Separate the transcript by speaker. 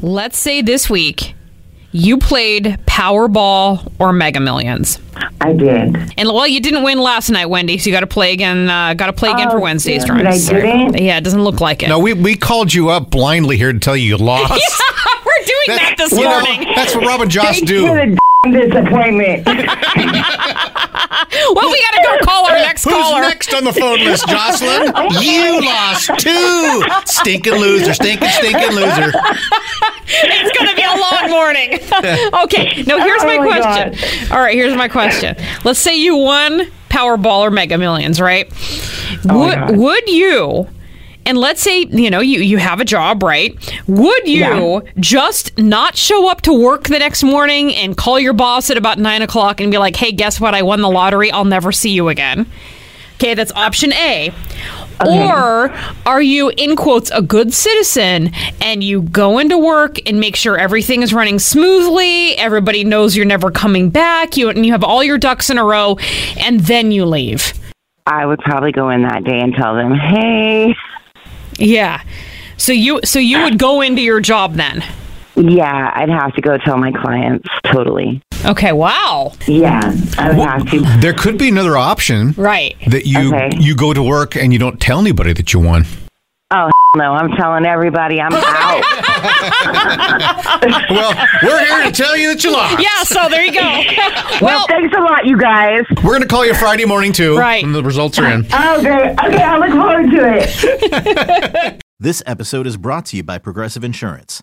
Speaker 1: Let's say this week you played Powerball or Mega Millions.
Speaker 2: I did.
Speaker 1: And well, you didn't win last night, Wendy. So you got to play again. Uh, got to play again
Speaker 2: Oh,
Speaker 1: for Wednesday's
Speaker 2: yeah,
Speaker 1: drawing.
Speaker 2: but I
Speaker 1: Sorry.
Speaker 2: didn't.
Speaker 1: Yeah, it doesn't look like it.
Speaker 3: No, we, we called you up blindly here to tell you you lost.
Speaker 1: We're doing that this
Speaker 3: you know,
Speaker 1: morning.
Speaker 3: that's what Rob and Josh
Speaker 2: Thanks
Speaker 3: do.
Speaker 2: for the damn disappointment.
Speaker 1: Well, we got to go call our next
Speaker 3: Who's
Speaker 1: caller.
Speaker 3: next on the phone list, Jocelyn? you lost too. Stinking loser, stinking, stinking loser.
Speaker 1: It's going to be a long morning. okay, now here's my
Speaker 2: Oh, my
Speaker 1: question. All right, here's my question. Let's say you won Powerball or Mega Millions, right? would
Speaker 2: Oh God.
Speaker 1: would you? And let's say you know you you have a job, right? Would you
Speaker 2: Yeah.
Speaker 1: just not show up to work the next morning and call your boss at about nine o'clock and be like, "Hey, guess what? I won the lottery. I'll never see you again." Okay, that's option A. Or are you in quotes a good citizen and you go into work and make sure everything is running smoothly, everybody knows you're never coming back, you and you have all your ducks in a row and then you leave.
Speaker 2: I would probably go in that day and tell them, hey,
Speaker 1: Yeah. So you so you would go into your job then.
Speaker 2: yeah, I'd have to go tell my clients totally.
Speaker 1: Okay, wow.
Speaker 2: Yeah, I would have to.
Speaker 3: There could be another option
Speaker 1: Right.
Speaker 3: that you
Speaker 2: Okay.
Speaker 3: you go to work and you don't tell anybody that you won.
Speaker 2: Oh, no, I'm telling everybody I'm out.
Speaker 3: Well, we're here to tell you that you lost.
Speaker 1: Yeah, so there you go. well,
Speaker 2: Thanks a lot, you guys.
Speaker 3: We're going to call you Friday morning too.
Speaker 1: Right.
Speaker 3: When the results are in.
Speaker 2: Okay, okay, I look forward to it.
Speaker 4: This episode is brought to you by Progressive Insurance.